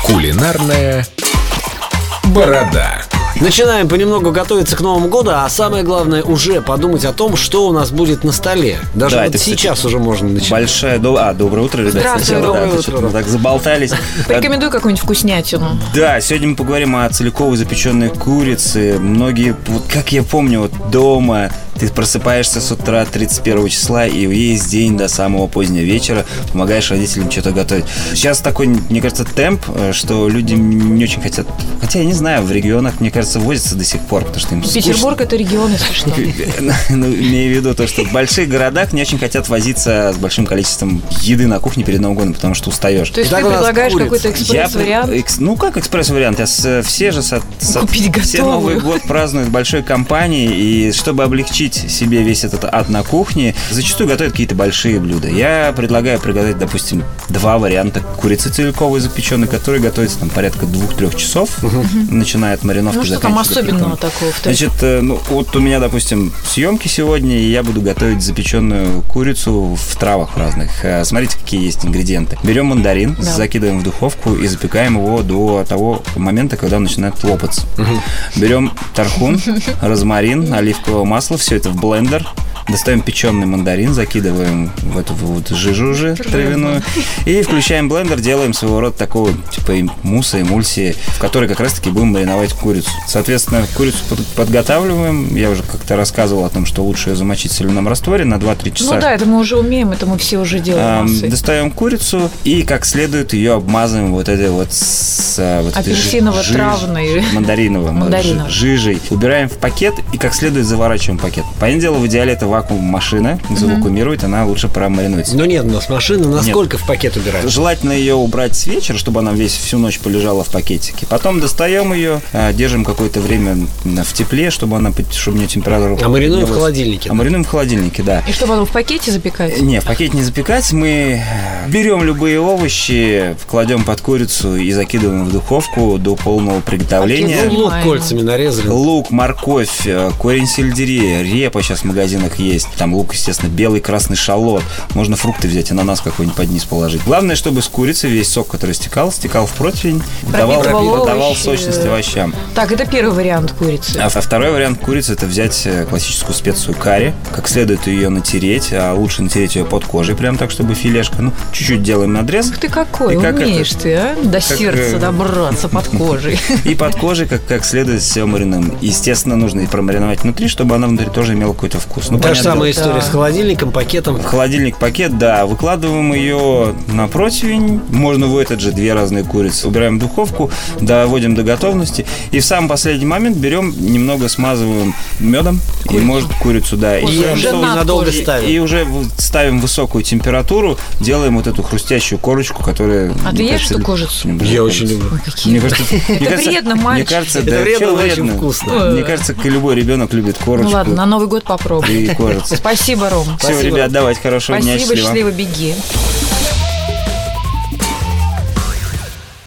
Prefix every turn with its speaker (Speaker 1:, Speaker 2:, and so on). Speaker 1: Кулинарная борода.
Speaker 2: Начинаем понемногу готовиться к Новому году, а самое главное уже подумать о том, что у нас будет на столе. Даже
Speaker 3: Да,
Speaker 2: вот
Speaker 3: это, кстати,
Speaker 2: сейчас уже можно начинать.
Speaker 3: Большая до... А, доброе утро, ребят.
Speaker 2: Здравствуй,
Speaker 3: сначала,
Speaker 2: доброе
Speaker 3: да,
Speaker 2: утро.
Speaker 3: что-то мы так заболтались.
Speaker 4: Порекомендуй какую-нибудь вкуснятину.
Speaker 3: Да, сегодня мы поговорим о целиковой запеченной курице. Многие, вот как я помню, вот дома ты просыпаешься с утра 31 числа и весь день до самого позднего вечера помогаешь родителям что-то готовить. Сейчас такой, мне кажется, темп, э, что люди не очень хотят. Хотя я не знаю, в регионах, мне кажется, возятся до сих пор, потому что им скучно.
Speaker 4: Петербург это регион, если что.
Speaker 3: Ну, имею в виду то, что в больших городах не очень хотят возиться с большим количеством еды на кухне перед Новым годом, потому что устаешь.
Speaker 4: То есть
Speaker 2: Итак,
Speaker 4: ты
Speaker 2: у нас
Speaker 4: предлагаешь
Speaker 2: курица.
Speaker 4: какой-то
Speaker 3: Я
Speaker 4: экспресс-вариант?
Speaker 3: бы- экс- ну как экспресс-вариант? Я с- все же со- со-
Speaker 4: Купить
Speaker 3: все
Speaker 4: готовую.
Speaker 3: Новый год празднуют большой компанией, и чтобы облегчить себе весь этот ад на кухне, зачастую готовят какие-то большие блюда. Я предлагаю приготовить, допустим, два варианта курицы целиковой запеченной, которые готовятся там порядка двух-трех часов, начиная от мариновки,
Speaker 4: Ну что там
Speaker 3: заканчивая пеканом.
Speaker 4: особенного такого в той-
Speaker 3: Значит, э, ну вот у меня, допустим, съемки сегодня, и я буду готовить запеченную курицу в травах разных. Э, Смотрите, какие есть ингредиенты. Берем мандарин,
Speaker 4: Да.
Speaker 3: закидываем в духовку и запекаем его до того момента, когда он начинает лопаться. Берем тархун, розмарин, оливковое масло, все это в блендер. Достаем печеный мандарин, закидываем в эту вот жижу уже травяную и включаем блендер, делаем своего рода такого типа и мусса, эмульсии, в которой как раз-таки будем мариновать курицу. Соответственно, курицу под- подготавливаем. Я уже как-то рассказывал о том, что лучше ее замочить в соляном растворе на 2-3 часа.
Speaker 4: Ну да, это мы уже умеем, это мы все уже делаем.
Speaker 3: Эм,
Speaker 4: массы.
Speaker 3: достаем курицу и как следует ее обмазываем вот этой вот с э, вот этой жи- жиж-
Speaker 4: Апельсиново-травной.
Speaker 3: мандариновой, м, жи-
Speaker 4: Мандариновой.
Speaker 3: жижей. Убираем в пакет и как следует заворачиваем пакет. Понятное дело, в идеале это вакуум-машина, завакуумирует, она лучше промаринуется.
Speaker 2: Но нет у нас машины, насколько в пакет убирают?
Speaker 3: Желательно ее убрать с вечера, чтобы она весь всю ночь полежала в пакетике. Потом достаем ее, э, держим какое-то время м, в тепле, чтобы она, под- чтобы у нее температура.
Speaker 2: А маринуем в
Speaker 3: поднялась.
Speaker 2: холодильнике.
Speaker 3: А маринуем в холодильнике, да.
Speaker 4: И что потом в пакете запекать?
Speaker 3: Не, в пакет не запекать. Мы берем любые овощи, кладем под курицу и закидываем в духовку до полного
Speaker 2: Ну,
Speaker 3: приготовления.
Speaker 4: Пакет.
Speaker 2: лук кольцами нарезали.
Speaker 3: Лук, морковь, э, корень сельдерея, репа сейчас в магазинах есть. Там лук, естественно, белый, красный шалот. Можно фрукты взять, ананас какой-нибудь под низ положить. Главное, чтобы с курицы весь сок, который стекал, стекал в противень, давал,
Speaker 4: Пропитывал
Speaker 3: давал
Speaker 4: овощи.
Speaker 3: сочность овощам.
Speaker 4: Так, это первый вариант курицы.
Speaker 3: А а второй вариант курицы это взять э, классическую специю карри, как следует ее натереть, а лучше натереть ее под кожей, прям так, чтобы филешка. Ну, чуть-чуть делаем надрез.
Speaker 4: Ты какой,
Speaker 3: И как это-
Speaker 4: умеешь ты, а? До
Speaker 3: как,
Speaker 4: сердца
Speaker 3: э,
Speaker 4: добраться под кожей.
Speaker 3: И под кожей, как, как следует, все маринуем. Естественно, нужно и промариновать внутри, чтобы она внутри тоже имела какой-то вкус. Ну,
Speaker 2: Та же
Speaker 3: понятно.
Speaker 2: самая история
Speaker 4: да.
Speaker 2: с холодильником, пакетом.
Speaker 3: В холодильник пакет, да, выкладываем ее на противень, можно в этот же две разные курицы. Убираем в духовку, доводим до готовности и в самый последний момент берем, немного смазываем медом и может курицу, да.
Speaker 4: Ой,
Speaker 3: И
Speaker 2: И
Speaker 4: Уже
Speaker 2: чтобы
Speaker 4: на
Speaker 2: надолго
Speaker 4: коже.
Speaker 2: ставим.
Speaker 3: И уже в- ставим высокую температуру, делаем вот эту хрустящую корочку, которая...
Speaker 4: А ты
Speaker 3: мне
Speaker 4: ешь
Speaker 3: кажется,
Speaker 4: эту кожицу?
Speaker 3: люблю курицу.
Speaker 4: Ой, какие
Speaker 3: Мне кажется, мне
Speaker 4: Это
Speaker 3: кажется-
Speaker 4: вредно,
Speaker 3: Мне
Speaker 4: мальчик.
Speaker 3: кажется,
Speaker 2: Это
Speaker 3: да,
Speaker 2: вредно,
Speaker 3: чё
Speaker 2: но очень вкусно.
Speaker 3: Мне кажется, к- любой ребенок любит
Speaker 4: Ну
Speaker 3: корочку
Speaker 4: ладно, на Новый год попробуй.
Speaker 3: и кожицу.
Speaker 4: Спасибо, Ром.
Speaker 3: Все, ребят, давайте хорошего дня,
Speaker 4: Спасибо,
Speaker 3: счастливо.
Speaker 4: счастливо, беги.